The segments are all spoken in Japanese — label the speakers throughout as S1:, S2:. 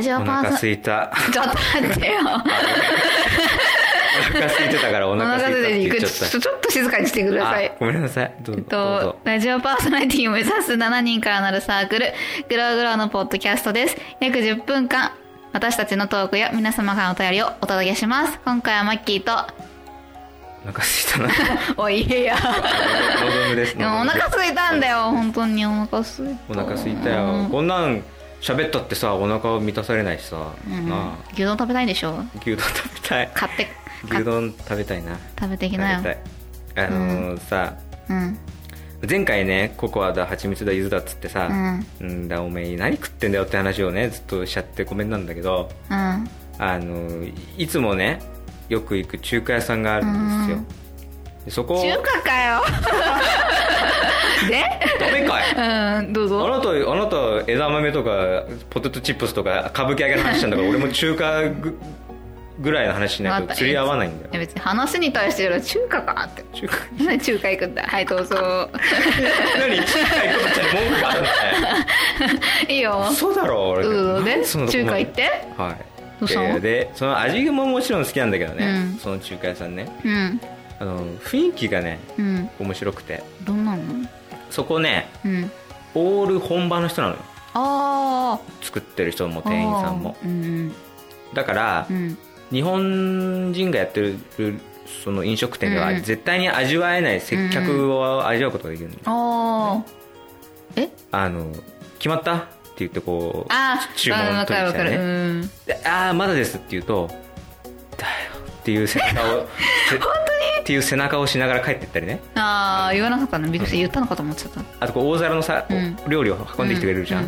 S1: ジオ
S2: お
S1: パー
S2: 腹
S1: ソ
S2: す いた。
S1: ちょっと待ってよ。
S2: お腹空いてたからお
S1: お
S2: 腹
S1: 腹
S2: 空いたっ
S1: 出て
S2: て
S1: い
S2: 言っ
S1: く。
S2: ち
S1: ち
S2: ゃ
S1: ょ
S2: った。
S1: ちょっと静かにしてください
S2: あ。ごめんなさい。どう
S1: え
S2: ぞ。
S1: っと、ラジオパーソナリティを目指す7人からなるサークル、グローグローのポッドキャストです。約10分間、私たちのトークや皆様からのお便りをお届けします。今回はマッキーと、
S2: お腹すいたな。
S1: おいいや。
S2: のぞむです。
S1: でもお腹空いたんだよ、本当にお腹空いた。
S2: お腹すいたよ。こんなん喋ったってさ、お腹満たされないしさ。
S1: うん
S2: なあ。
S1: 牛丼食べたいでしょ
S2: 牛丼食べたい。
S1: 買って、買
S2: 牛
S1: っ
S2: 丼食べたいな。食
S1: 食べてき
S2: べ
S1: な
S2: た
S1: よ。
S2: い。あのーさ、
S1: うん。
S2: 前回ね、ココアだ、蜂蜜だ、柚子だっつってさ、
S1: う
S2: うんだ、おめえ何食ってんだよって話をね、ずっとしちゃってごめんなんだけど、
S1: うん。
S2: あのいつもねよく行く中華屋さんがあるんですよ、でそこ
S1: 中華か よで
S2: ダメかい
S1: うんどう
S2: あ
S1: ぞ
S2: なたあなた枝豆とかポテトチップスとか歌舞伎揚げの話したんだから俺も中華ぐぐらいの話しない
S1: わか
S2: と
S1: った
S2: 釣り合わないんだよ
S1: いや別に話に対してよりは中華かって
S2: 中華
S1: 何中華行くんだはいどうぞ
S2: 何中華行くことに文句があるんだよ
S1: いいよ
S2: 嘘だろ俺
S1: うん
S2: なん
S1: ね
S2: でそんなと
S1: 中
S2: こま
S1: 華
S2: で
S1: 行って
S2: はい
S1: どうしたの
S2: ででその味ももちろん好きなんだけどね、
S1: うん
S2: その中華屋さんね
S1: うん
S2: あの雰囲気がね
S1: うん
S2: 面白くて
S1: どんなの
S2: そこね
S1: うん
S2: オール本場の人なのよ
S1: あ
S2: 作ってる人も
S1: あ
S2: 店員さんも
S1: うん
S2: だから、
S1: うん
S2: 日本人がやってるその飲食店では
S1: うん
S2: 絶対に味わえない接客を味わうことができるの、
S1: ああえ
S2: あの決まったって言ってこう
S1: あ
S2: 注
S1: あ
S2: 文
S1: わかるわ
S2: 取りに来た
S1: かる
S2: ら
S1: う
S2: ね
S1: ん
S2: でああまだですって言うとだよっていう背中 をせっていう背中をしながら帰ってったりね
S1: ああ言わなかったのびっくりした言ったのかと思っちゃった
S2: あとこう大皿のさ、こう
S1: うん
S2: 料理を運んできてくれるじゃん、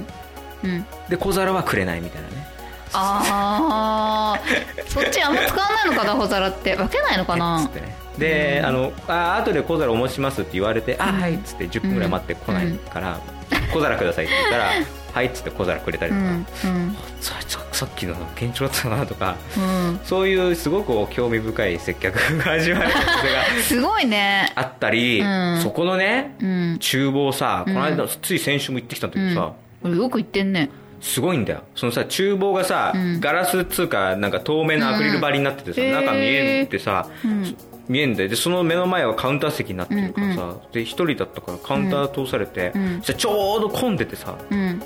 S1: うんうん
S2: で小皿はくれないみたいなね
S1: あ あそっちあんま使わないのかな小皿って分けないのか
S2: っ
S1: な
S2: つってねで、あのあ後で小皿お持ちしますって言われて「あはい」っつって10分ぐらい待ってこないから「小皿ください」って言ったら「はい」っつって小皿くれたり
S1: う
S2: とか、
S1: ん
S2: さささっきの緊張だったなとか
S1: うんうん
S2: そういうすごく興味深い接客が味わえるお店が
S1: すごいね
S2: あったり、
S1: うん
S2: そこのね
S1: うん
S2: 厨房さこの間、つい先週も行ってきたんだけどさ、
S1: 俺よく言ってんね
S2: すごいんだよそのさ厨房がさ、
S1: うん
S2: ガラスっつうかなんか透明なアクリル張りになっててさ、
S1: うん
S2: 中見
S1: へ
S2: え
S1: ー
S2: んってさ、
S1: ん
S2: 見えんだよでその目の前はカウンター席になってるからさ、で一人だったからカウンター通されて、
S1: うん
S2: そしたらちょうど混んでてさ
S1: うん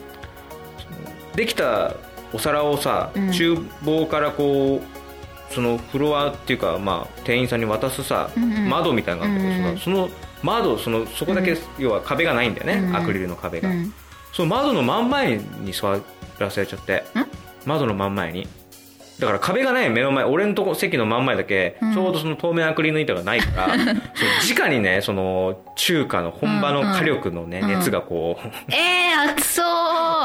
S2: できたお皿をさ、
S1: うん
S2: 厨房からこうそのフロアっていうか、まあ、店員さんに渡すさ、
S1: うんうん
S2: 窓みたいなのがあって
S1: うんうん
S2: その窓そのそこだけ、要は壁がないんだよね、
S1: うんうん
S2: アクリルの壁
S1: う
S2: が、
S1: ん
S2: その窓の真ん前に座らせちゃって窓の真ん前にだから壁がない目の前俺のとこ席の真ん前だけ、
S1: うん
S2: ちょうどその透明アクリルの板がな いからその直にねその中華の本場の火力のね、
S1: うんうん
S2: 熱がこう、
S1: えー、熱そう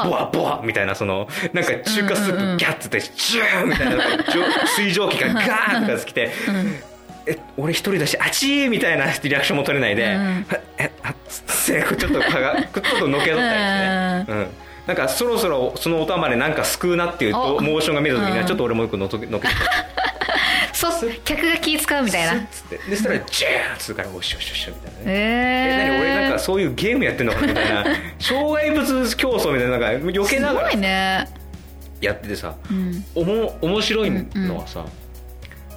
S2: ボワボワみたいなそのなんか中華ス
S1: うんうんう
S2: ー
S1: ん
S2: プギャッつってジューみたいななんかじょ水蒸気がガーッとかつきて、え俺一人だしあちーみたいなリアクションも取れないで、
S1: うんうん
S2: えあっつってちょっとかがちょっとのけ取ったりして、うん、なんかそろそろそのお玉でなんか救うなっていうと
S1: お
S2: モーションが見えた時に
S1: う
S2: は
S1: ん
S2: ちょっと俺もよくのとのけ
S1: そう客が気使うみたいな
S2: つってでそしたらジューッつうからおしょしょしょみたいなね。え何俺なん
S1: え
S2: か
S1: ー、
S2: そういうゲームやってんのかなみたいな障害物競争みたいななんか余計な
S1: す
S2: がら
S1: ごいね
S2: やっててさ、
S1: うん
S2: おも面白いのはさ、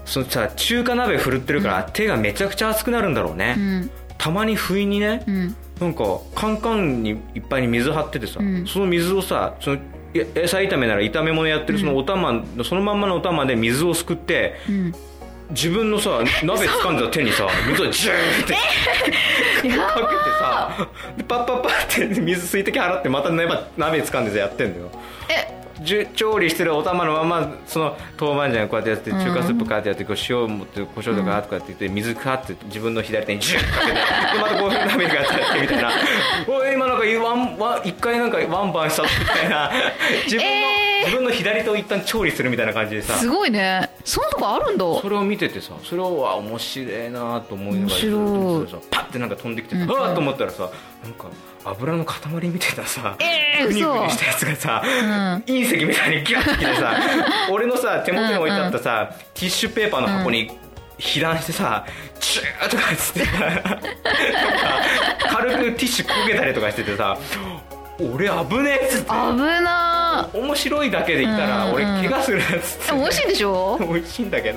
S2: そのさ中華鍋振るってるから、手がめちゃくちゃ熱くなるんだろうね、
S1: うん
S2: たまに不意にね、
S1: うん
S2: なんかカンカンにいっぱいに水張っててさ、
S1: うん
S2: その水をさそのや野菜炒めなら炒め物やってるそのお玉の、そのまんまのお玉で水をすくって
S1: うん
S2: 自分のさ鍋掴んだ手にさ水をジューってかけてさでパッパッパッって水水滴払ってまた鍋鍋掴んでさやってんだよ
S1: え
S2: じゅ調理してるお玉のままその豆板醤こうやってやって中華スープかってやってこう塩持って胡椒とかあとかって言って水かって自分の左手にジュッかけてでまたこう鍋が当たってみたいな おい今なんかワンワン一回なんかワンバンしたみたい な自分の、
S1: えー
S2: 自分の左手を一旦調理するみたいな感じでさ
S1: すごいねそんなとこあるんだ
S2: それを見ててさそれをわ面白いなと思いながら
S1: 面白い
S2: ずっと見てたらさパッてなんか飛んできてさ、
S1: うん
S2: うわーっと思ったらさなんか油の塊みたいなさ
S1: えー
S2: グニグニ
S1: 嘘
S2: したやつがさ、
S1: ん
S2: 隕石みたいにギュッてき てさ俺のさ手元に置いてあったさ、ティッシュペーパーの箱に被弾してさ、チューとかっつってなんか軽くティッシュ焦げたりとかしててさ俺危ねえ」っつって
S1: 危な
S2: 面白いだけでいたら
S1: うん
S2: 俺怪我するやつっ
S1: ーでも美味しいんでしょ
S2: て 美味しいんだけ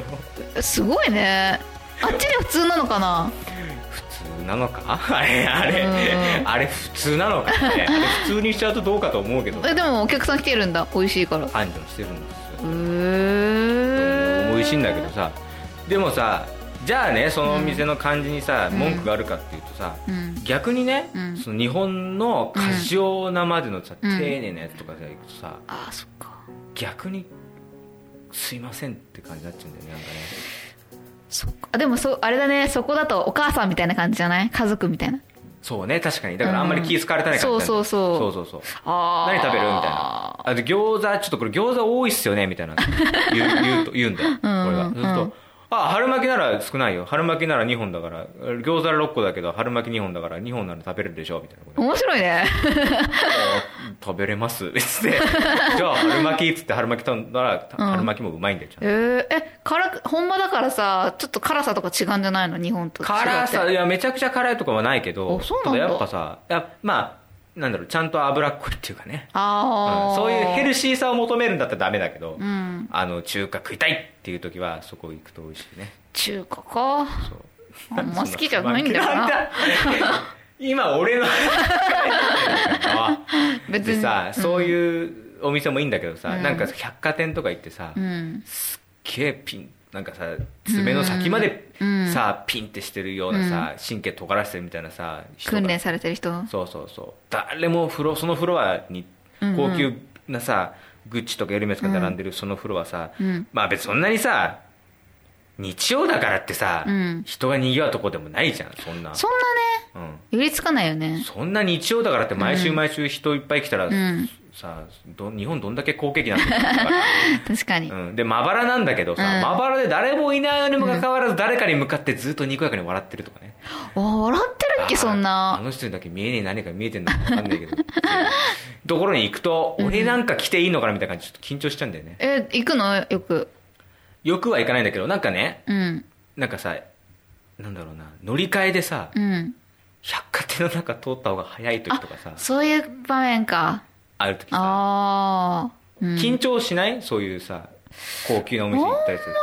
S2: ど
S1: すごいねあっちで普通なのかな
S2: 普通なのか あれあれ
S1: うん
S2: あれ普通なのかねあれ普通にしちゃうとどうかと思うけど
S1: えでもお客さん来てるんだ美味しいからへ
S2: 繁盛してるんですよ
S1: え
S2: 美味しいんだけどさでもさじゃあねそのお店の感じにさ、文句があるかっていうとさ、
S1: うん
S2: 逆にね、
S1: うん
S2: その日本の過剰なまでのさ、
S1: うん
S2: 丁寧なやつとかでいくとさ
S1: あーそっか
S2: 逆に「すいません」って感じになっちゃうんだよねなんかね
S1: そっかあでもそあれだねそこだとお母さんみたいな感じじゃない家族みたいな
S2: そうね確かにだからあんまり気使われてない感じ、
S1: うんそうそう
S2: そうそうそう
S1: あー
S2: 何食べるみたいなあで餃子ちょっとこれ餃子多いっすよね みたいな言う言うと言うんだよ俺
S1: ん
S2: はずっ
S1: う
S2: と「あ春巻きなら少ないよ春巻きなら2本だから餃子6個だけど春巻き2本だから2本なら食べれるでしょ」みたい なこと
S1: 面白いね
S2: 「食べれます」っ つって「じゃあ春巻き」っつって春巻き頼んだら
S1: うん
S2: 春巻きもうまいんだよちゃん
S1: え
S2: と
S1: ー、え辛く本場だからさちょっと辛さとか違うんじゃないの日本と違って
S2: 辛さいやめちゃくちゃ辛いとかはないけど
S1: あそうなんだ
S2: たやっぱさいやまあなんだろうちゃんと脂っこいっていうかね
S1: ああ、
S2: うんそういうヘル
S1: シ
S2: シーさを求めるんだったらダメだけど、
S1: うん
S2: あの中華食いたいっていう時はそこ行くと美味しいね
S1: 中華か
S2: そう
S1: あんま好きじゃないんだよ
S2: ん
S1: な
S2: だ今俺の
S1: 別に
S2: でさそういうお店もいいんだけどさ、なんか百貨店とか行ってさ、
S1: うん
S2: ケーピンなんかさ爪の先までさ、ピンってしてるようなさ、神経尖らせてるみたいなさ人が
S1: 訓練されてる人
S2: そうそうそう誰もフロそのフロアに
S1: うんうん
S2: 高級なさ、グッチとかエルメスが並んでるそのフロアさ、
S1: うん
S2: まあ別にそんなにさ日曜だからってさ、
S1: うん
S2: 人が賑わうとこでもないじゃんそんな
S1: そんなね
S2: うん、
S1: 寄りつかないよね
S2: そんな日曜だからって毎週毎週人いっぱい来たら、
S1: ん
S2: さど日本どんだけ好景気なんだろ う
S1: 確かに、
S2: うん、でまばらなんだけどさ、
S1: うん
S2: まばらで誰もいないにもかかわらず誰かに向かってずっとにこやかに笑ってるとかね
S1: あ笑ってるっけそん
S2: あーあ
S1: な
S2: の人にだけ見えねえ何か見えてんのか分かんないけど そうところに行くと俺なんか来ていいのかなみたいな感じちょっと緊張しちゃうんだよね
S1: え行くのよく
S2: よくは行かないんだけどなんかね
S1: うん
S2: なんかさなんだろうな乗り換えでさ
S1: うん
S2: 百貨店の中通った方が早い時とかさ
S1: そういう場面か
S2: ある時さ
S1: ああうん
S2: 緊張しないそういうさ高級なお店行ったりする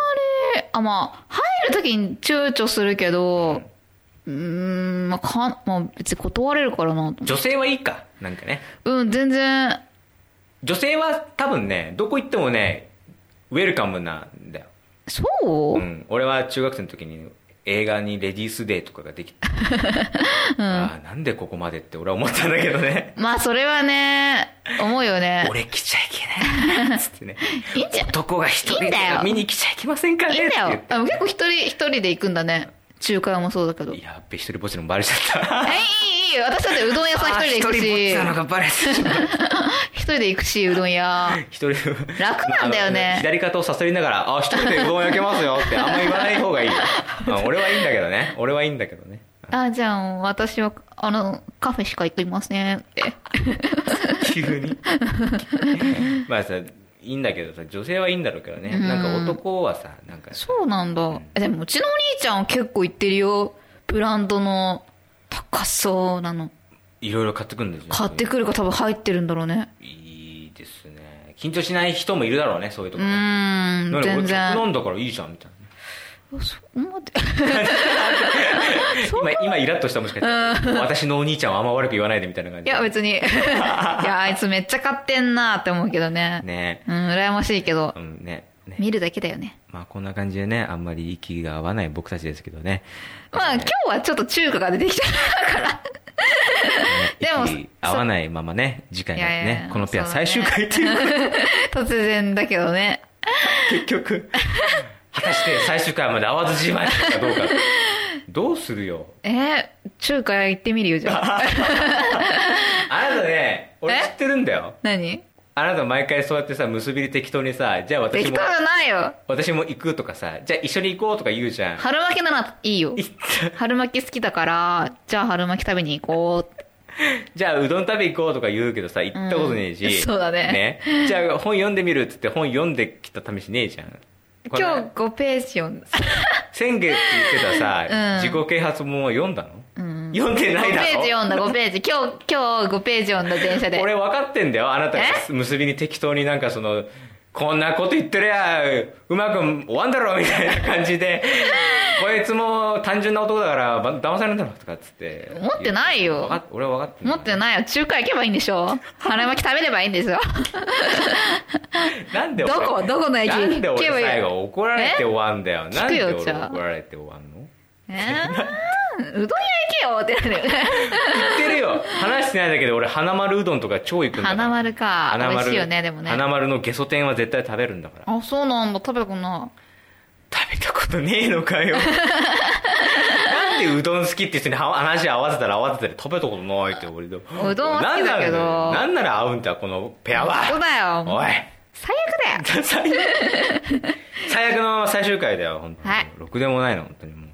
S1: えあまあ入るときに躊躇するけどうーんまあかまあ別に断れるからなと思
S2: 女性はいいかなんかね
S1: ううん全然
S2: 女性は多分ねどこ行ってもねウェルカムなんだよ
S1: そう、
S2: うん、俺は中学生の時に映画にレディースデーとかがで きて、ああなんでここまでって俺は思ったんだけ どね
S1: まあそれはね思うよね
S2: 俺来ちゃいけ ないっつってね
S1: いいんじゃ
S2: 男が一人
S1: いいん
S2: で
S1: だよ
S2: 見に来ちゃいけませんかね
S1: いいんだ
S2: って
S1: よあ結構一人一人で行くんだね中華屋もそうだけど
S2: 言
S1: え
S2: っ
S1: い
S2: てやっべ一人ぼっちのもバレちゃった
S1: いいいいい私だってうどん屋さん一人で行く
S2: あー一人ぼっち
S1: し
S2: なのがバレてしまう
S1: 一人で行くしうどん屋
S2: 一人
S1: 楽なんだよね
S2: あの左肩をさすりながら「あー一人でうどん焼けますよ」ってあんま言わない方がい い、うん俺はいいんだけどね俺はいいんだけどね
S1: あじゃあ私はあのカフェしか行きませんって
S2: 急にまあさいいんだけどさ女性はいいんだろうけどね、
S1: うん
S2: なんか男はさなんか
S1: そうなんだ。えでもうちのお兄ちゃんは結構行ってるよ。ブランドの高そうなの。
S2: いろいろ買ってくるんですよ
S1: 買ってくるか多分入ってるんだろうね。
S2: いいですね緊張しない人もいるだろうねそういうと
S1: う
S2: こね
S1: ーん、
S2: なに
S1: 全
S2: 俺
S1: 然。
S2: 客なんだからいいじゃんみたい
S1: そこまで。
S2: な今今イラッとしたもしかして私のお兄ちゃんはあんま悪く言わないでみたいな感
S1: い
S2: じ
S1: や別 に。いや、あいつめっちゃ買ってんなって思うけどね。
S2: ね
S1: うん、羨ましいけど
S2: う。んねね
S1: 見るだけだよね。
S2: まあこんな感じでねあんまり息が合わない僕たちですけどね
S1: まあ今日はちょっと中華が出てきた。 でも
S2: 息合わないままね次回までね
S1: いやいやいや
S2: このペア
S1: そうだね
S2: 最終回っていう
S1: 突然だけどね。
S2: 結局果たして最終回まで会わずじまいだったかどうかどうするよ
S1: えー中華行ってみるよ、じゃ あ。
S2: あなたね俺
S1: え
S2: 知ってるんだよ
S1: 何
S2: あなた毎回そうやってさ結びで適当にさじゃあ私
S1: 適当
S2: も
S1: じゃないよ。
S2: 私も行くとかさじゃあ一緒に行こうとか言うじゃん
S1: 春巻きならいいよ。
S2: 行った
S1: 春巻き好きだからじゃあ春巻き食べに行こう
S2: じゃあうどん食べ行こうとか言うけどさ行ったことねえし、
S1: うんそうだね
S2: ねじゃあ本読んでみるっつって本読んできた試しねえじゃんこれ
S1: 今日5ページ読んだ
S2: 先月言ってたさ、
S1: うん
S2: 自己啓発本を読んだの
S1: うん
S2: 読んでないだ
S1: 5
S2: ろ
S1: ページ読んだ5ページ今日今日5ページ読んだ電車で
S2: 俺分かってんだよあなたが
S1: え
S2: 結びに適当になんかそのこんなこと言ってりゃうまく終わんだろみたいな感じ でこいつも単純な男だからば騙されるんだろとかっつって
S1: 思ってないよ
S2: わか俺は分かって
S1: 持ってないよ中華行けばいいんでしょ腹巻き食べればいいん ですよ
S2: なんで俺
S1: どこどこの駅
S2: なんで
S1: 行けばい
S2: 俺
S1: い
S2: 最後怒られて終わんだよ
S1: え
S2: なんで俺
S1: 聞くよじゃあ
S2: 怒られて終わんの
S1: えー、うどん屋行けよってな る
S2: 言ってるよ話してないんだけど俺花丸うどんとか超行くんだから
S1: 花丸か美味しいよねでもね
S2: 花丸のゲソ天は絶対食べるんだから
S1: あそうなんだ食べたくな
S2: 食べたことねえの かよなんでうどん好きって人に話合わせたら合わせたら食べたことないって俺でも
S1: うどんは好きだけど
S2: なんならなんなら合うんだこのペア
S1: いそう
S2: は
S1: だよ
S2: おい
S1: 最悪だよ
S2: 最悪最悪のまま最終回だよ本当に、
S1: はい
S2: ろくでもないの本当にもう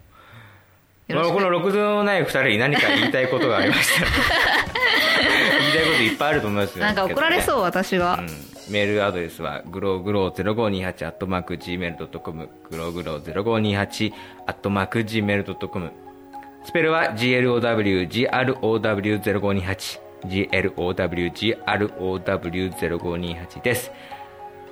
S1: よろしく
S2: このろくでもない二人に何か言いたいことがありました ら言いたいこといっぱいあると思いますよ
S1: なんか怒られそう私は、
S2: うんメールアドレスはグログロ0528アットマーク Gmail.com グログロ0528アットマーク Gmail.com スペルは GLOWGROW0528 GLOWGROW0528 です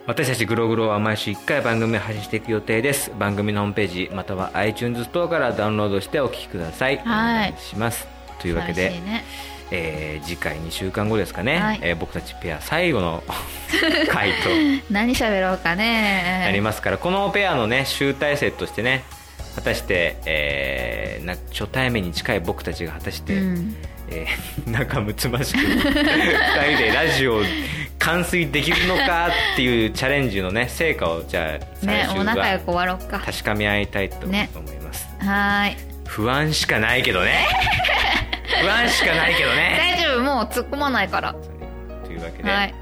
S2: 私たちグログロは毎週1回番組を配信していく予定です番組のホームページまたは iTunes ストアからダウンロードしてお聞きください、
S1: はい
S2: お願いしますというわけで、
S1: 寂しいね
S2: えー次回2週間後ですかね、
S1: はい
S2: えー僕たちペア最後の 回と
S1: 何喋ろうかね
S2: なります から、このペアのね集大成としてね果たして、えーな初対面に近い僕たちが果たして、
S1: うん
S2: えー 仲睦ましく2人でラジオを完遂できるのかっていうチャレンジのね成果をじゃあ最
S1: ね
S2: 終
S1: お仲良く終
S2: は
S1: わろうか
S2: 確かめ合いたいと思い
S1: ね
S2: ます、
S1: はーい
S2: 不安しかないけど ね不安しかないけどね
S1: 大丈夫もう突っ込まないから
S2: というわけで、
S1: はい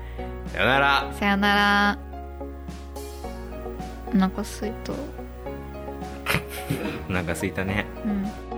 S2: さよなら
S1: さよならお腹すいた
S2: お腹すいたね
S1: うん